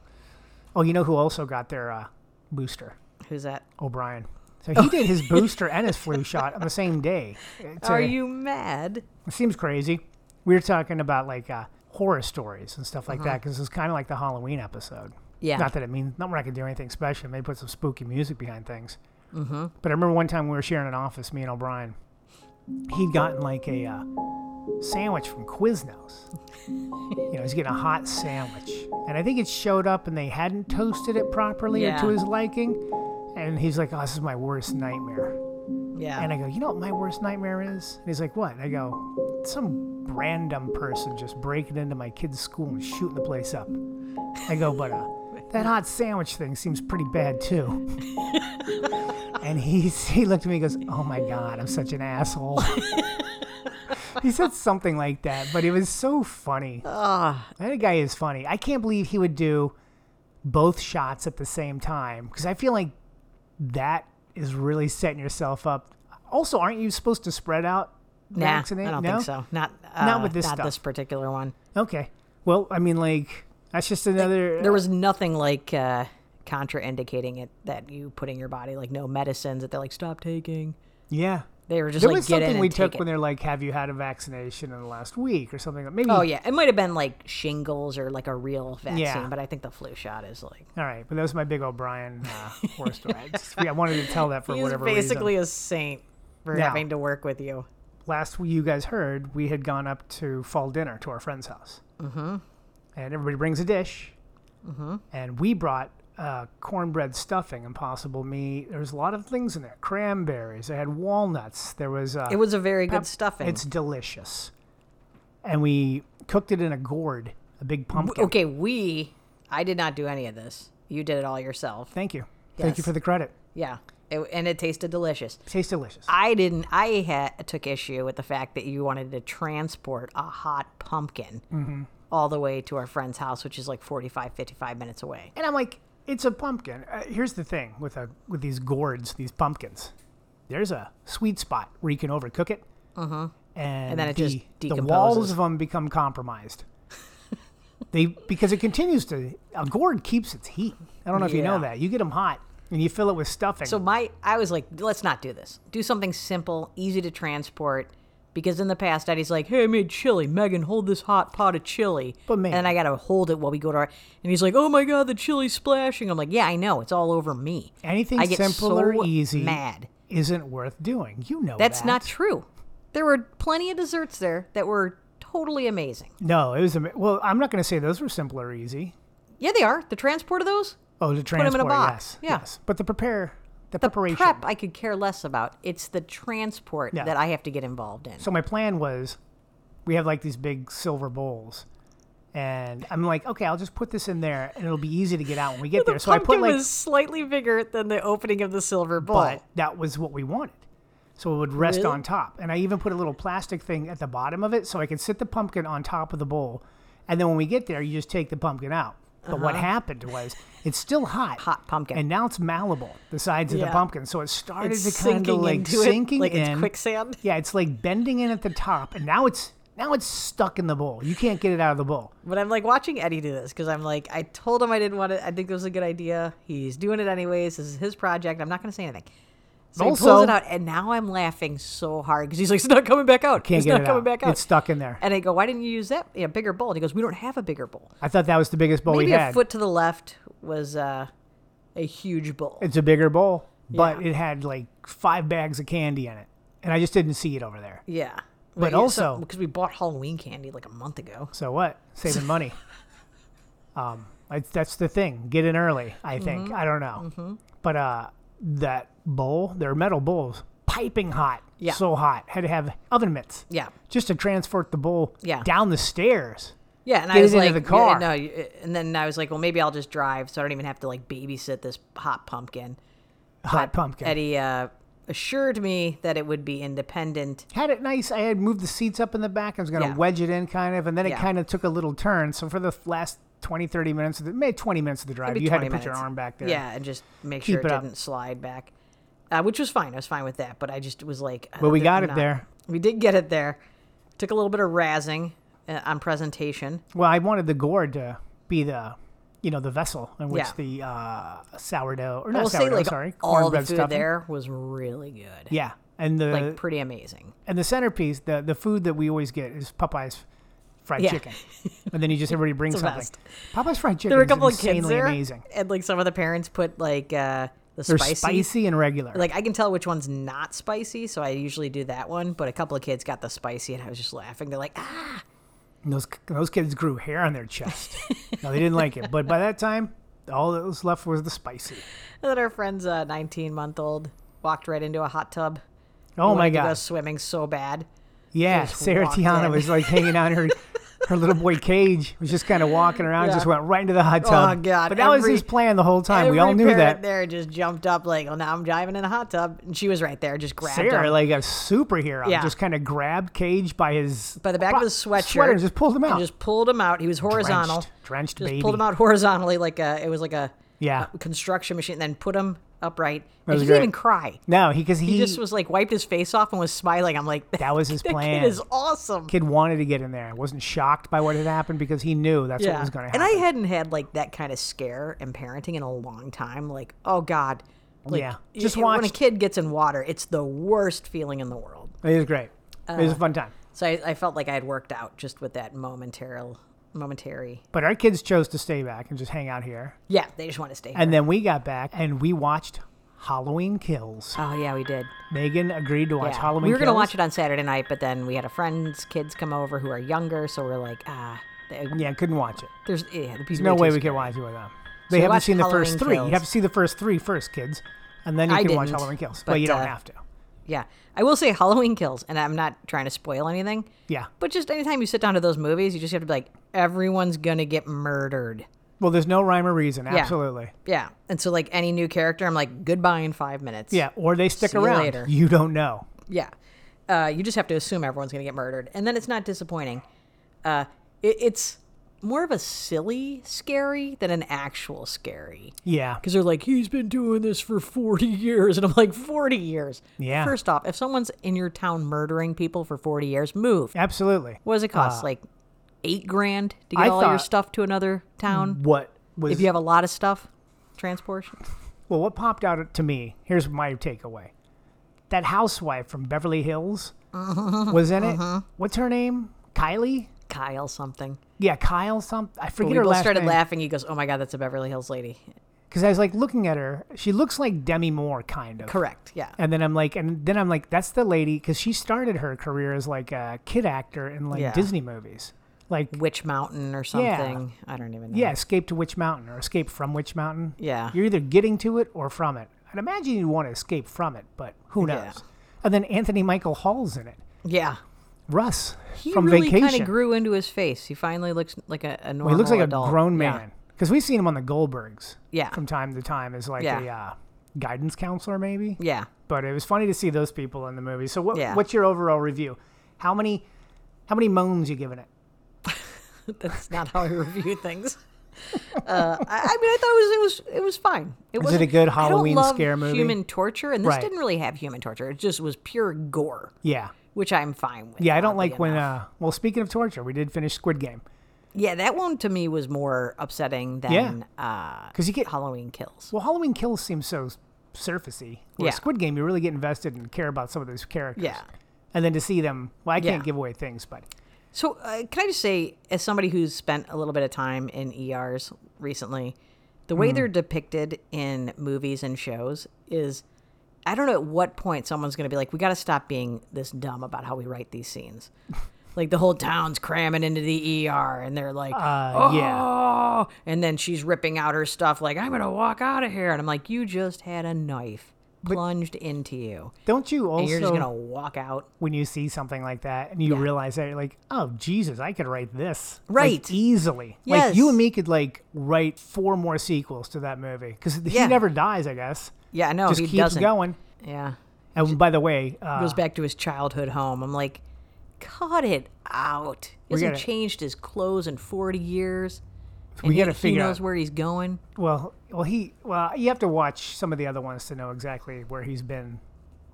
S2: Oh, you know who also got their uh, booster?
S3: Who's that?
S2: O'Brien. So he did his booster and his flu shot on the same day. uh, It's
S3: Are
S2: a-
S3: you mad?
S2: It seems crazy. We were talking about like uh, horror stories and stuff like that because it's kind of like the Halloween episode.
S3: Mm-hmm. Yeah.
S2: Not that it means not we're not gonna do anything special. Maybe put some spooky music behind things. Mm-hmm. But I remember one time we were sharing an office, me and O'Brien. He'd gotten like a uh, sandwich from Quiznos. you know, he's getting a hot sandwich, and I think it showed up, and they hadn't toasted it properly
S3: Yeah.
S2: or to his liking. And he's like, "Oh, this is my worst nightmare."
S3: Yeah.
S2: And I go, you know what my worst nightmare is? And he's like, what? And I go, some random person just breaking into my kid's school and shooting the place up. I go, but uh, that hot sandwich thing seems pretty bad too. and he he looked at me and goes, oh my god, I'm such an asshole. he said something like that, but it was so funny.
S3: Ah.
S2: That guy is funny. I can't believe he would do both shots at the same time because I feel like that is really setting yourself up. Also, aren't you supposed to spread out?
S3: Nah,
S2: vaccinate?
S3: I don't
S2: no?
S3: think so. Not uh,
S2: Not with this
S3: not
S2: stuff.
S3: this particular one.
S2: Okay. Well, I mean, like that's just another.
S3: There was nothing like uh, contraindicating it that you put in your body, like no medicines that they're like stop taking.
S2: yeah.
S3: They were just
S2: There
S3: like
S2: was
S3: get in
S2: something
S3: and
S2: we
S3: take
S2: took when
S3: it.
S2: they're like, "Have you had a vaccination in the last week?" or something. Maybe.
S3: Oh yeah, it might have been like shingles or like a real vaccine,
S2: Yeah.
S3: but I think the flu shot is like
S2: All right, but that was my big O'Brien uh, horror story. I, just- I wanted to tell that for
S3: he's
S2: whatever
S3: basically
S2: reason.
S3: a saint for
S2: No.
S3: having to work with you.
S2: Last you guys heard, we had gone up to fall dinner to our friend's house, mm-hmm. and everybody brings a dish, mm-hmm. and we brought uh, cornbread stuffing, impossible meat. There was a lot of things in there: cranberries. They had walnuts. There was. Uh,
S3: It was a very good
S2: Pep-
S3: stuffing.
S2: It's delicious. And we cooked it in a gourd, a big pumpkin.
S3: okay, we I did not do any of this. You did it all yourself.
S2: Thank you. Thank you
S3: Yes.
S2: for the credit.
S3: Yeah. It, and it tasted delicious.
S2: Tastes delicious.
S3: I didn't. I had, took issue with the fact that you wanted to transport a hot pumpkin
S2: Mm-hmm.
S3: all the way to our friend's house, which is like 45, 55 minutes away.
S2: and I'm like, it's a pumpkin. Uh, here's the thing with a with these gourds, these pumpkins. There's a sweet spot where you can overcook it. And,
S3: Uh-huh. then it
S2: the,
S3: just
S2: the walls
S3: decomposes.
S2: of them become compromised. they because it continues to a gourd keeps its heat. I don't know if you know
S3: Yeah.
S2: that. You get them hot and you fill it with stuffing.
S3: So my, I was like, let's not do this. Do something simple, easy to transport. Because in the past, Daddy's like, "Hey, I made chili. Megan, hold this hot pot of chili."
S2: But man-
S3: and I gotta hold it while we go to our. And he's like, "Oh my god, the chili's splashing!" I'm like, "Yeah, I know. It's all over me."
S2: Anything
S3: I get
S2: simple or
S3: so
S2: easy
S3: Mad.
S2: isn't worth doing. You know
S3: That's
S2: that.
S3: not true. There were plenty of desserts there that were totally amazing.
S2: No, it was ama- well. I'm not going to say those were simple or easy.
S3: Yeah, they are. The transport of those?
S2: Oh, the
S3: in a
S2: transport.
S3: box.
S2: Yes.
S3: Yeah.
S2: Yes. But the prepare, the,
S3: The
S2: preparation.
S3: prep I could care less about. It's the transport
S2: Yeah.
S3: that I have to get involved in.
S2: So my plan was, we have like these big silver bowls, and I'm like, okay, I'll just put this in there, and it'll be easy to get out when we get there. So I put
S3: Pumpkin
S2: like
S3: was slightly bigger than the opening of the silver bowl.
S2: but that was what we wanted. So it would rest on top. And I even put a little plastic thing at the bottom of it so I could sit the pumpkin on top of the bowl. And then when we get there, you just take the pumpkin out. But what happened was it's still hot.
S3: Uh-huh. Hot pumpkin.
S2: And now it's malleable, the sides of the
S3: Yeah.
S2: pumpkin. So it started
S3: It's
S2: to kind
S3: sinking
S2: of like
S3: into it,
S2: sinking
S3: like it's
S2: in.
S3: quicksand.
S2: Yeah, it's like bending in at the top. And now it's now it's stuck in the bowl. You can't get it out of the bowl.
S3: But I'm like watching Eddie do this because I'm like, I told him I didn't want it. I think it was a good idea. He's doing it anyways. This is his project. I'm not going to say anything. So he pulls
S2: Also-
S3: it out, and now I'm laughing so hard because he's like, "It's not coming back out.
S2: Can't
S3: it's
S2: get
S3: not
S2: it
S3: coming
S2: out.
S3: back out.
S2: It's stuck in there.
S3: And I go, "Why didn't you use that yeah, bigger bowl?" And he goes, "We don't have a bigger bowl.
S2: I thought that was the biggest bowl
S3: Maybe
S2: we
S3: a
S2: Oh, had.
S3: foot to the left was uh, a huge bowl."
S2: It's a bigger bowl, but it had like five bags of candy in it. And I just didn't see it over there.
S3: yeah,
S2: But
S3: yeah, so-
S2: also-
S3: because we bought Halloween candy like a month ago.
S2: So what? Saving money. um, I, that's the thing. Get in early.
S3: Mm-hmm.
S2: I think. I don't know. But uh, that bowl, they're metal bowls, piping hot.
S3: Yeah.
S2: So hot. Had to have oven mitts.
S3: Yeah.
S2: Just to transport the bowl
S3: Yeah.
S2: down the stairs.
S3: Yeah, and I
S2: Get
S3: was
S2: it
S3: like,
S2: into the
S3: yeah,
S2: car.
S3: no, you- uh," and then I was like, well, maybe I'll just drive, so I don't even have to like babysit this hot pumpkin.
S2: Hot pumpkin.
S3: Eddie uh, assured me that it would be independent.
S2: Had it nice. I had moved the seats up in the back. I was going to
S3: Yeah.
S2: wedge it in kind of, and then it
S3: Yeah.
S2: kind of took a little turn. So for the last 20, 30 minutes, of the, maybe 20 minutes of the drive,
S3: Maybe
S2: you had to
S3: 20
S2: put your
S3: minutes.
S2: arm back there.
S3: Yeah, and just make
S2: Keep
S3: sure it,
S2: it up.
S3: didn't slide back, uh, which was fine. I was fine with that, but I just was like,
S2: But we
S3: uh,
S2: got it
S3: not-
S2: there.
S3: We did get it there. Took a little bit of razzing uh, on presentation.
S2: Well, I wanted the gourd to be the, you know, the vessel in which
S3: Yeah.
S2: the uh, sourdough or
S3: I
S2: not
S3: will say,
S2: sourdough,
S3: like,
S2: sorry,
S3: all the
S2: cornbread
S3: food
S2: stuffing.
S3: there was really good.
S2: Yeah, and the
S3: Like pretty amazing.
S2: and the centerpiece, the the food that we always get is Popeye's fried
S3: Yeah.
S2: chicken, and then you just everybody brings
S3: the
S2: something.
S3: best.
S2: Popeye's fried chicken.
S3: There were a
S2: is
S3: couple of
S2: insanely
S3: kids there,
S2: amazing.
S3: and like some of the parents put like uh, the
S2: They're
S3: spicy.
S2: spicy, and regular.
S3: Like I can tell which one's not spicy, so I usually do that one. But a couple of kids got the spicy, and I was just laughing. They're like, ah,
S2: And those those kids grew hair on their chest. no, they didn't like it, but by that time, all that was left was the spicy.
S3: and then our friend's uh, 19 month old walked right into a hot tub.
S2: Oh my
S3: god,
S2: gosh.
S3: swimming so bad.
S2: Yeah,
S3: just
S2: Sarah
S3: walked
S2: Tiana
S3: in.
S2: was like hanging out in her her little boy cage was just kind of walking around,
S3: Yeah.
S2: just went right into the hot
S3: Oh,
S2: tub.
S3: God,
S2: But that was
S3: every-
S2: his plan the whole time. We all
S3: Every
S2: knew
S3: parent
S2: that.
S3: There just jumped up like, oh, now I'm diving in a hot tub, and she was right there, just grabbed
S2: Sarah,
S3: him.
S2: like a superhero,
S3: Yeah.
S2: just kind of grabbed Cage by his
S3: by the back of his sweatshirt,
S2: sweater and just pulled him
S3: and
S2: out.
S3: just pulled him out. He was horizontal,
S2: drenched, drenched
S3: just
S2: baby.
S3: pulled him out horizontally, like a it was like a
S2: Yeah.
S3: uh, construction machine, and then put him upright. And
S2: was
S3: he didn't
S2: great.
S3: even cry.
S2: No, he because he,
S3: He, just was like wiped his face off and was smiling. I'm like,
S2: that was his
S3: that
S2: plan.
S3: kid is awesome.
S2: Kid wanted to get in there. Wasn't shocked by what had happened because he knew that's what was going to happen.
S3: And I hadn't had like that kind of scare in parenting in a long time. Like, oh God. Like,
S2: Yeah.
S3: y-
S2: Just
S3: When a
S2: watched-
S3: kid gets in water, it's the worst feeling in the world.
S2: it was great. it
S3: Uh.
S2: was a fun time.
S3: So I, I felt like I had worked out just with that momentary, momentary.
S2: But our kids chose to stay back and just hang out here.
S3: Yeah, they just want to stay.
S2: And then we got back and we watched Halloween Kills.
S3: oh yeah, we did.
S2: Megan agreed to watch
S3: Yeah.
S2: Halloween.
S3: we were
S2: going to
S3: watch it on Saturday night, but then we had a friend's kids come over who are younger, so we're like, ah, they-
S2: Yeah, couldn't watch it.
S3: there's yeah, the piece
S2: There's no way we could watch it with them. They
S3: we
S2: haven't
S3: watched
S2: seen the
S3: Halloween
S2: first three.
S3: Kills.
S2: You have to see the first three first, kids, and then you
S3: I
S2: can watch
S3: didn't,
S2: Halloween Kills. But,
S3: but,
S2: you don't
S3: uh,
S2: have to.
S3: Yeah, I will say Halloween kills, and I'm not trying to spoil anything.
S2: Yeah.
S3: But just anytime you sit down to those movies, you just have to be like, everyone's gonna get murdered.
S2: Well, there's no rhyme or reason. Absolutely.
S3: Yeah, and so like any new character, I'm like, goodbye in five minutes.
S2: Yeah. Or they stick
S3: See you
S2: around.
S3: later.
S2: You don't know.
S3: yeah. Uh, you just have to assume everyone's gonna get murdered, and then it's not disappointing. Uh, it, it's more of a silly scary than an actual scary.
S2: Yeah.
S3: Because they're like, he's been doing this for 40 years. And I'm like, 40 years.
S2: Yeah.
S3: First off, if someone's in your town murdering people for 40 years, move.
S2: Absolutely.
S3: What does it cost? like eight grand to get
S2: Uh, I
S3: all your
S2: thought-
S3: stuff to another town?
S2: What was
S3: If you have a lot of stuff, transportation.
S2: Well, what popped out to me, here's my takeaway. That housewife from Beverly Hills
S3: Uh-huh.
S2: was in it. What's her name? Kylie?
S3: Kyle something.
S2: Yeah, Kyle something. I
S3: But
S2: forget
S3: we
S2: her
S3: both
S2: last
S3: started
S2: name.
S3: laughing. He goes, oh my God, that's a Beverly Hills lady.
S2: Because I was like looking at her. She looks like Demi Moore, kind of.
S3: Correct. Yeah.
S2: And then I'm like, and then I'm like, that's the lady because she started her career as like a kid actor in like
S3: Yeah.
S2: Disney movies. Like,
S3: Witch Mountain or something. I don't even know.
S2: yeah, escape to Witch Mountain or escape from Witch Mountain.
S3: Yeah.
S2: You're either getting to it or from it. I'd imagine you'd want to escape from it, but who knows?
S3: Yeah.
S2: And then Anthony Michael Hall's in it.
S3: Yeah.
S2: Russ
S3: He
S2: from
S3: really kind
S2: Vacation.
S3: of grew into his face. He finally looks like a, a normal
S2: Well, he looks like
S3: adult.
S2: a grown
S3: Yeah.
S2: man because we've seen him on the Goldbergs.
S3: Yeah.
S2: From time to time as like
S3: Yeah.
S2: a uh, guidance counselor, maybe.
S3: Yeah.
S2: But it was funny to see those people in the movie. So what,
S3: Yeah.
S2: what's your overall review? How many how many moans you giving it?
S3: That's not how I review things. Uh, I, I mean, I thought it was it was it was fine. It
S2: Was it
S3: wasn't-
S2: a good
S3: I don't
S2: Halloween
S3: love
S2: scare movie?
S3: Human torture, and this
S2: Right.
S3: didn't really have human torture. It just was pure gore,
S2: Yeah.
S3: which I'm fine with.
S2: Yeah, I don't
S3: oddly
S2: like when
S3: enough.
S2: uh well speaking of torture, we did finish Squid Game.
S3: yeah, that one to me was more upsetting than uh,
S2: Cuz you get
S3: Halloween Kills.
S2: well Halloween Kills seems so surfacey. Where
S3: Yeah.
S2: Squid Game you really get invested and care about some of those characters.
S3: Yeah.
S2: And then to see them, well I
S3: Yeah.
S2: can't give away things, but
S3: So, uh, can I just say, as somebody who's spent a little bit of time in ERs recently, the
S2: Hmm.
S3: way they're depicted in movies and shows is I don't know at what point someone's going to be like, we got to stop being this dumb about how we write these scenes. like, the whole town's cramming into the ER and they're like,
S2: uh yeah.
S3: oh, and then she's ripping out her stuff, like, I'm going to walk out of here. And I'm like, you just had a knife plunged into you.
S2: Don't you also
S3: And you're just going to walk out.
S2: when you see something like that and you realize that you're like, oh Jesus, I could write this like,
S3: Right.
S2: easily. Like
S3: Yes.
S2: you and me could like write four more sequels to that movie because he
S3: Yeah.
S2: never dies, I guess.
S3: Yeah, no,
S2: just
S3: he
S2: keeps
S3: doesn't.
S2: going.
S3: Yeah.
S2: And by the way, uh,
S3: goes back to his childhood home. I'm like, cut it out. He hasn't
S2: gotta-
S3: changed his clothes in 40 years.
S2: We
S3: and
S2: gotta
S3: he,
S2: figure
S3: He knows
S2: out-
S3: where he's going.
S2: well, well, he, well, you have to watch some of the other ones to know exactly where he's been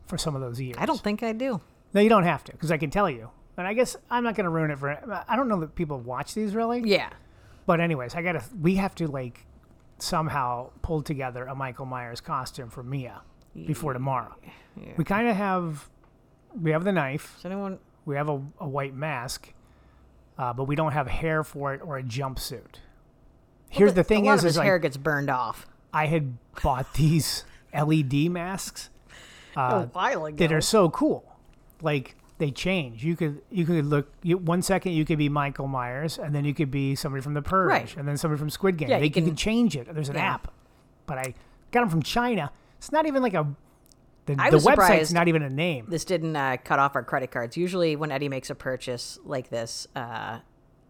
S2: for some of those years.
S3: I don't think I do.
S2: No, you don't have to because I can tell you. And I guess I'm not going to ruin it for. I don't know that people watch these really.
S3: Yeah.
S2: But anyways, I gotta. We have to like somehow pull together a Michael Myers costume for Mia before tomorrow. We kind of have. We have the knife.
S3: Does anyone?
S2: We have a, a white mask, uh, but we don't have hair for it or a jumpsuit. Here's the thing
S3: a lot
S2: is,
S3: of his
S2: is like,
S3: hair gets burned off.
S2: I had bought these LED masks uh,
S3: a while ago.
S2: that are so cool. Like they change. You could you could look you, one second you could be Michael Myers, and then you could be somebody from The Purge,
S3: Right.
S2: and then somebody from Squid Game.
S3: Yeah,
S2: they,
S3: you
S2: can,
S3: can-
S2: change it. There's an
S3: Yeah.
S2: app, but I got them from China. It's not even like a the,
S3: I
S2: the
S3: was
S2: website's
S3: surprised.
S2: not even a name.
S3: this didn't uh, cut off our credit cards. Usually, when Eddie makes a purchase like this, uh,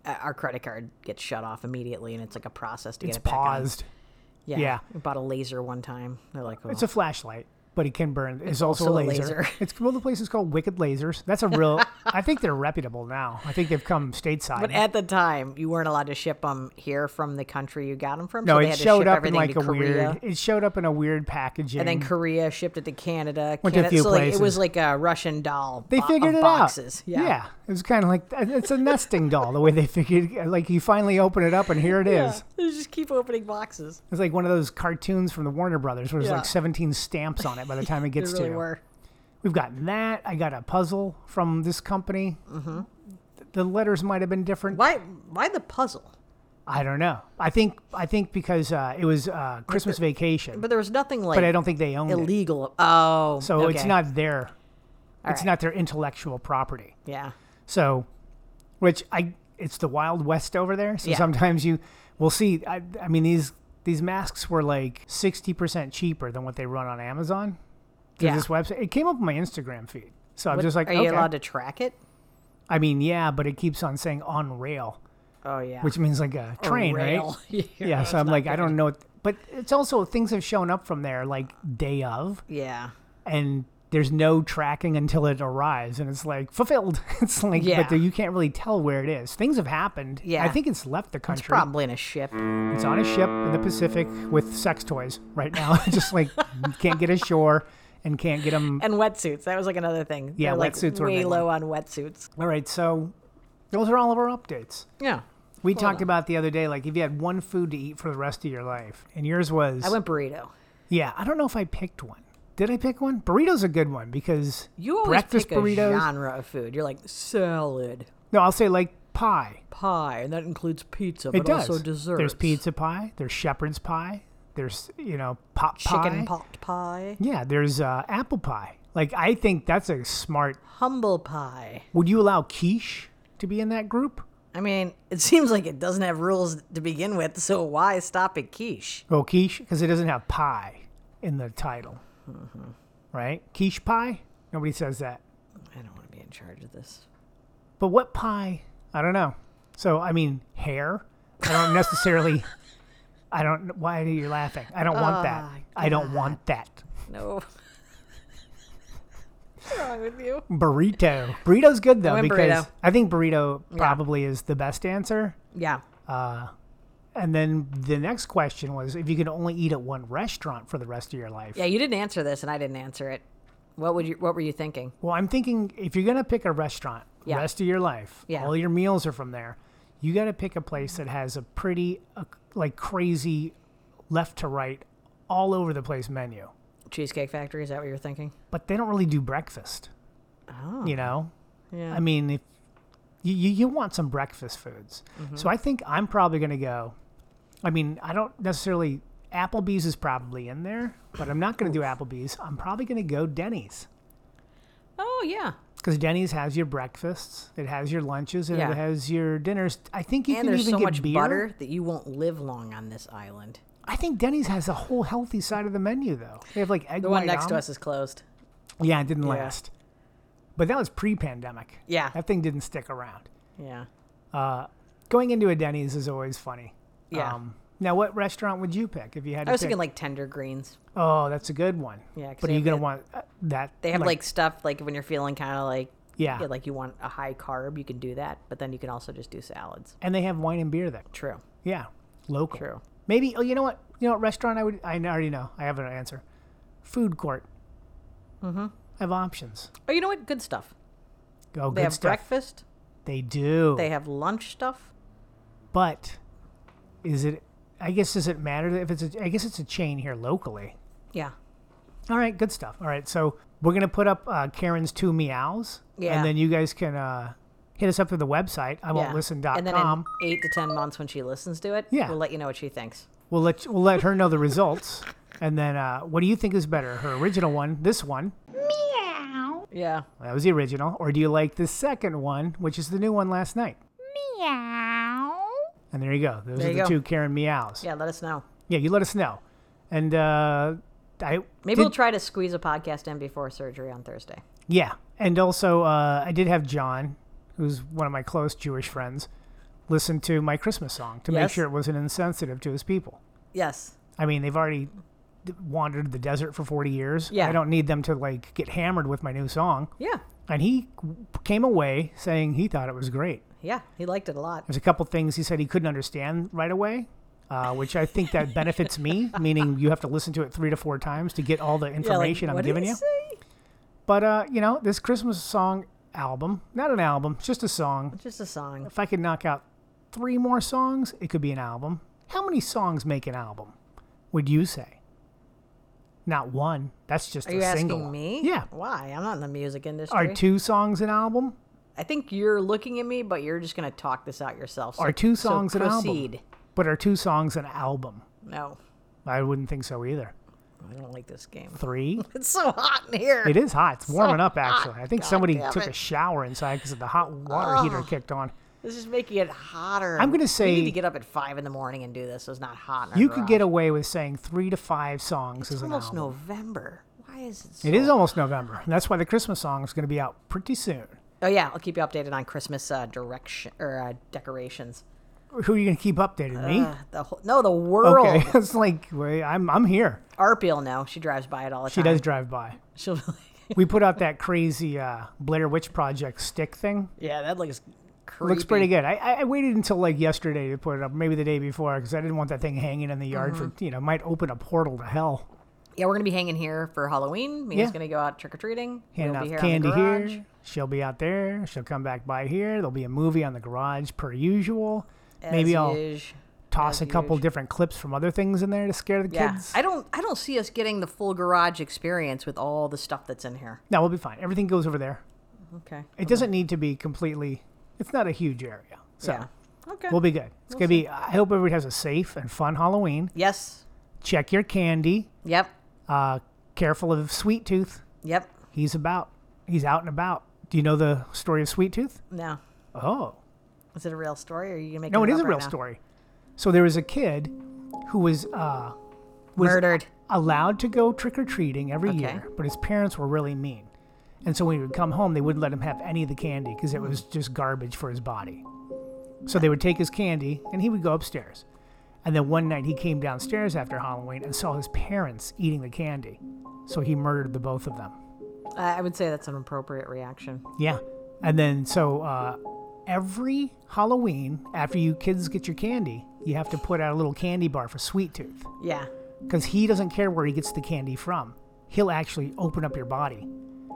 S3: our credit card gets shut off immediately, and it's like a process to
S2: it's
S3: get it back on.
S2: paused.
S3: Yeah.
S2: yeah.
S3: We bought a laser one time. They're like, "Oh,
S2: It's a flashlight, but it can burn. It's, also,
S3: also
S2: a
S3: a
S2: laser.
S3: laser.
S2: it's well, the place is called Wicked Lasers. That's a real. I think they're reputable now. I think they've come stateside.
S3: But at the time, you weren't allowed to ship them here from the country you got them from.
S2: no,
S3: so they
S2: it
S3: had to
S2: showed
S3: ship
S2: up in
S3: everything
S2: like
S3: to
S2: a
S3: Korea.
S2: weird. It showed up in a weird packaging.
S3: And then Korea shipped it to Canada.
S2: Went to a
S3: Canada-
S2: few
S3: so like,
S2: places.
S3: it was like a Russian doll.
S2: they
S3: bo-
S2: figured
S3: of
S2: it
S3: boxes.
S2: out.
S3: Yeah.
S2: it was kind of like uh, it's a nesting doll. The way they figured, uh, like you finally open it up and here it is.
S3: They just keep opening boxes.
S2: It's like one of those cartoons from the Warner Brothers where there's
S3: Yeah.
S2: like 17 stamps on it by the time it
S3: They
S2: gets
S3: really
S2: to. you.
S3: were.
S2: We've gotten that. I got a puzzle from this company. Mm-hmm. The letters might have been different.
S3: Why? Why the puzzle?
S2: I don't know. I think I think because uh, it was uh, Christmas Vacation,
S3: But
S2: but,
S3: there was nothing like.
S2: I don't think they owned it.
S3: illegal. Oh,
S2: So it's
S3: okay.
S2: not their.
S3: All
S2: it's
S3: right.
S2: not their intellectual property.
S3: Yeah.
S2: So, which I, it's the Wild West over there. So
S3: Yeah.
S2: sometimes you will see. I, I mean these these masks were like sixty percent cheaper than what they run on Amazon through
S3: Yeah.
S2: this website. It came up on my Instagram feed, so I'm
S3: What-
S2: just like,
S3: are
S2: okay.
S3: you allowed to track it?
S2: I mean, yeah, but it keeps on saying on rail,
S3: Oh yeah.
S2: which means like a train,
S3: rail.
S2: right?
S3: Yeah,
S2: yeah. So
S3: that's
S2: I'm
S3: not
S2: like, I
S3: good.
S2: don't know. What, but it's also things have shown up from there like day of,
S3: yeah.
S2: and there's no tracking until it arrives and it's like fulfilled it's like
S3: Yeah.
S2: but the, you can't really tell where it is things have happened
S3: Yeah.
S2: i think it's left the country
S3: It's probably in a ship.
S2: It's on a ship in the pacific with sex toys right now just like can't get ashore and can't get them
S3: And wetsuits. That was like another thing.
S2: Yeah,
S3: They're, like,
S2: wetsuits were a
S3: way
S2: big
S3: low on wetsuits.
S2: all right so those are all of our updates
S3: Yeah.
S2: we talked about the other day like if you had one food to eat for the rest of your life and yours was
S3: I went burrito.
S2: yeah i don't know if i picked one did i pick one burritos a good one because
S3: You always
S2: breakfast
S3: pick
S2: burritos
S3: a genre of food. You're like salad,
S2: no i'll say like pie
S3: pie, and that includes pizza,
S2: It
S3: but
S2: does.
S3: also desserts.
S2: There's pizza pie. There's shepherd's pie. There's you know pot pie.
S3: chicken pot pie,
S2: Yeah. There's uh, apple pie. Like I think that's a smart.
S3: humble pie.
S2: Would you allow quiche to be in that group?
S3: I mean, it seems like it doesn't have rules to begin with, so why stop at quiche?
S2: Well, Oh, quiche, because it doesn't have pie in the title.
S3: Mm-hmm.
S2: Right? Quiche pie? Nobody says that.
S3: I don't want to be in charge of this.
S2: But what pie? I don't know. So, I mean, hair? I don't necessarily. I don't. Why are you laughing? I don't want that.
S3: Oh,
S2: I don't want that.
S3: No. What's wrong with you?
S2: Burrito. Burrito's good, though,
S3: went
S2: because
S3: burrito.
S2: I think burrito probably is the best answer.
S3: Yeah.
S2: And then the next question was if you could only eat at one restaurant for the rest of your life.
S3: Yeah, you didn't answer this, and I didn't answer it. What would you? What were you thinking?
S2: Well, I'm thinking if you're gonna pick a restaurant,
S3: Yeah.
S2: rest of your life,
S3: Yeah.
S2: all your meals are from there. You got to pick a place that has a pretty, uh, like crazy, left to right, all over the place menu.
S3: Cheesecake Factory? Is that what you're thinking?
S2: But they don't really do breakfast.
S3: Oh.
S2: You know,
S3: Yeah.
S2: I mean, if you you, you want some breakfast foods,
S3: Mm-hmm.
S2: so I think I'm probably gonna go. I mean, I don't necessarily. Applebee's is probably in there, but I'm not gonna do Applebee's. I'm probably gonna go Denny's.
S3: oh yeah.
S2: Because Denny's has your breakfasts, it has your lunches, and
S3: Yeah.
S2: it has your dinners. I think you
S3: And
S2: can
S3: there's
S2: even
S3: so
S2: get
S3: much
S2: beer.
S3: butter that you won't live long on this island.
S2: I think Denny's has a whole healthy side of the menu, though. They have like egg
S3: The one next to us is closed.
S2: Yeah, it didn't
S3: Yeah.
S2: last. But that was pre-pandemic.
S3: Yeah.
S2: that thing didn't stick around.
S3: Yeah.
S2: Going into a Denny's is always funny. Um,
S3: Yeah.
S2: now, what restaurant would you pick if you had? To
S3: I was
S2: pick?
S3: thinking like tender greens.
S2: oh, that's a good one.
S3: Yeah, 'cause
S2: but are
S3: they
S2: you
S3: have
S2: gonna
S3: that-
S2: want uh, that?
S3: They have like, stuff like when you're feeling kind of like
S2: Yeah.
S3: like you want a high carb, you can do that, but then you can also just do salads.
S2: and they have wine and beer there.
S3: True.
S2: Yeah, local.
S3: True.
S2: Maybe. Oh, you know what? You know what restaurant I would? I already know. I have an answer. Food court. Mm-hmm. I have options.
S3: Oh, you know what? Good stuff.
S2: Go
S3: They
S2: good
S3: have
S2: stuff.
S3: breakfast.
S2: They do.
S3: They have lunch stuff.
S2: but is it? I guess does it matter if it's? A, I guess it's a chain here locally.
S3: Yeah.
S2: All right, good stuff. All right, so we're gonna put up uh, Karen's two meows.
S3: Yeah.
S2: And then you guys can uh, hit us up through the website. I won't
S3: yeah.
S2: listen dot
S3: And then
S2: com.
S3: in eight to ten months, when she listens to it,
S2: Yeah.
S3: we'll let you know what she thinks.
S2: We'll let we'll let her know the results. And then, uh, what do you think is better, her original one, this one,
S3: Yeah.
S2: That was the original. Or do you like the second one, which is the new one last night? Meow. And there you go. Those
S3: There
S2: are
S3: you
S2: the
S3: go.
S2: two Karen meows.
S3: Yeah. Let us know.
S2: Yeah, you let us know. And uh, I
S3: Maybe
S2: did-
S3: we'll try to squeeze a podcast in before surgery on Thursday.
S2: Yeah, and also uh, I did have John, who's one of my close Jewish friends, listen to my Christmas song to make
S3: Yes.
S2: sure it wasn't insensitive to his people.
S3: Yes.
S2: I mean, they've already d- wandered the desert for 40 years.
S3: Yeah.
S2: I don't need them to like get hammered with my new song.
S3: Yeah.
S2: And he came away saying he thought it was great.
S3: Yeah. He liked it a lot.
S2: There's a couple things he said he couldn't understand right away, uh, which I think that benefits me, meaning you have to listen to it three to four times to get all the information I'm giving you. But, uh, you know, this Christmas song album, not an album, it's just a song.
S3: Just a song.
S2: If I could knock out three more songs, it could be an album. How many songs make an album, would you say? Not one. That's just
S3: Are
S2: a
S3: you
S2: single.
S3: asking
S2: one.
S3: me?
S2: Yeah.
S3: Why? I'm not in the music industry.
S2: Are two songs an album?
S3: I think you're looking at me, but you're just going to talk this out yourself. So,
S2: Are two songs
S3: so
S2: an album?
S3: proceed.
S2: But are two songs an album?
S3: No,
S2: I wouldn't think so either.
S3: I don't like this game.
S2: Three?
S3: It's so hot in here.
S2: It is hot. It's warming up, actually. I think
S3: God
S2: somebody
S3: damn
S2: took
S3: it.
S2: a shower inside because the hot water heater kicked on.
S3: This is making it hotter.
S2: I'm gonna
S3: we
S2: say-
S3: need to get up at five in the morning and do this. So it's not hot. In our
S2: You could get
S3: garage.
S2: away with saying three to five songs as an
S3: almost
S2: album.
S3: November. Why is it? So...
S2: It is almost November. and That's why the Christmas song is going to be out pretty soon.
S3: Oh yeah, I'll keep you updated on Christmas uh, direction or uh, decorations.
S2: Who are you going to keep updated? Me?
S3: The whole... no, the world.
S2: Okay. it's like, wait, I'm, I'm here.
S3: Arpil now. She drives by it all the
S2: She
S3: time.
S2: does drive by.
S3: She'll be like,
S2: We put out that crazy uh, Blair Witch Project stick thing.
S3: yeah, that looks creepy.
S2: Looks pretty good. I, I- I waited until like yesterday to put it up, maybe the day before, because I didn't want that thing hanging in the yard
S3: Mm-hmm.
S2: for, you know, might open a portal to hell.
S3: Yeah, we're gonna be hanging here for Halloween. Mina's
S2: Yeah.
S3: gonna go out trick or treating.
S2: handing
S3: we'll
S2: out
S3: be here
S2: uh, candy
S3: on the garage.
S2: here. She'll be out there. She'll come back by here. There'll be a movie on the garage per usual. Maybe
S3: As
S2: I'll
S3: usual.
S2: toss
S3: as
S2: a couple
S3: usual.
S2: different clips from other things in there to scare the
S3: Yeah,
S2: kids.
S3: I don't. I don't see us getting the full garage experience with all the stuff that's in here.
S2: no, we'll be fine. Everything goes over there.
S3: Okay.
S2: It doesn't need to be completely. It's not a huge area, so
S3: Yeah. Okay.
S2: we'll be good. It's gonna be. I hope everybody has a safe and fun Halloween.
S3: Yes.
S2: Check your candy.
S3: Yep.
S2: Uh, careful of Sweet Tooth.
S3: Yep.
S2: He's about. He's out and about. Do you know the story of Sweet Tooth?
S3: No.
S2: Oh,
S3: Is it a real story? Or are you gonna make
S2: No, it
S3: it
S2: is
S3: up
S2: a
S3: right
S2: real
S3: now?
S2: story. So there was a kid who was uh, was
S3: Murdered.
S2: allowed to go trick or treating every
S3: Okay.
S2: year, but his parents were really mean. And so when he would come home, they wouldn't let him have any of the candy because it was just garbage for his body. So they would take his candy and he would go upstairs. And then one night he came downstairs after Halloween and saw his parents eating the candy. So he murdered the both of them.
S3: I I would say that's an appropriate reaction.
S2: Yeah. And then so uh, every Halloween, after you kids get your candy, you have to put out a little candy bar for Sweet Tooth
S3: Yeah.
S2: because he doesn't care where he gets the candy from. He'll actually open up your body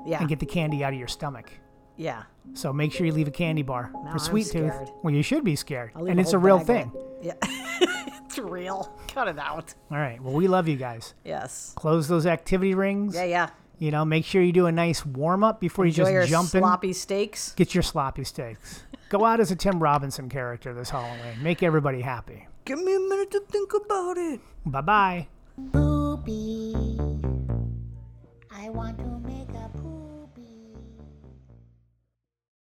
S3: Yeah.
S2: and get the candy out of your stomach.
S3: yeah.
S2: So make sure you leave a candy bar
S3: Now I'm
S2: for Sweet
S3: scared.
S2: Tooth. Well, you should be scared,
S3: I'll leave
S2: and it's a
S3: whole
S2: real
S3: bag
S2: thing.
S3: of it. Yeah. it's real. Cut it out.
S2: All right. Well, we love you guys.
S3: Yes.
S2: Close those activity rings.
S3: Yeah, yeah.
S2: You know, make sure you do a nice warm up before
S3: Enjoy
S2: you
S3: your
S2: just jump in.
S3: sloppy steaks.
S2: Get your sloppy steaks. Go out as a Tim Robinson character this Halloween. Make everybody happy.
S3: Give me a minute to think about it.
S2: Bye bye.
S8: Booby. I want to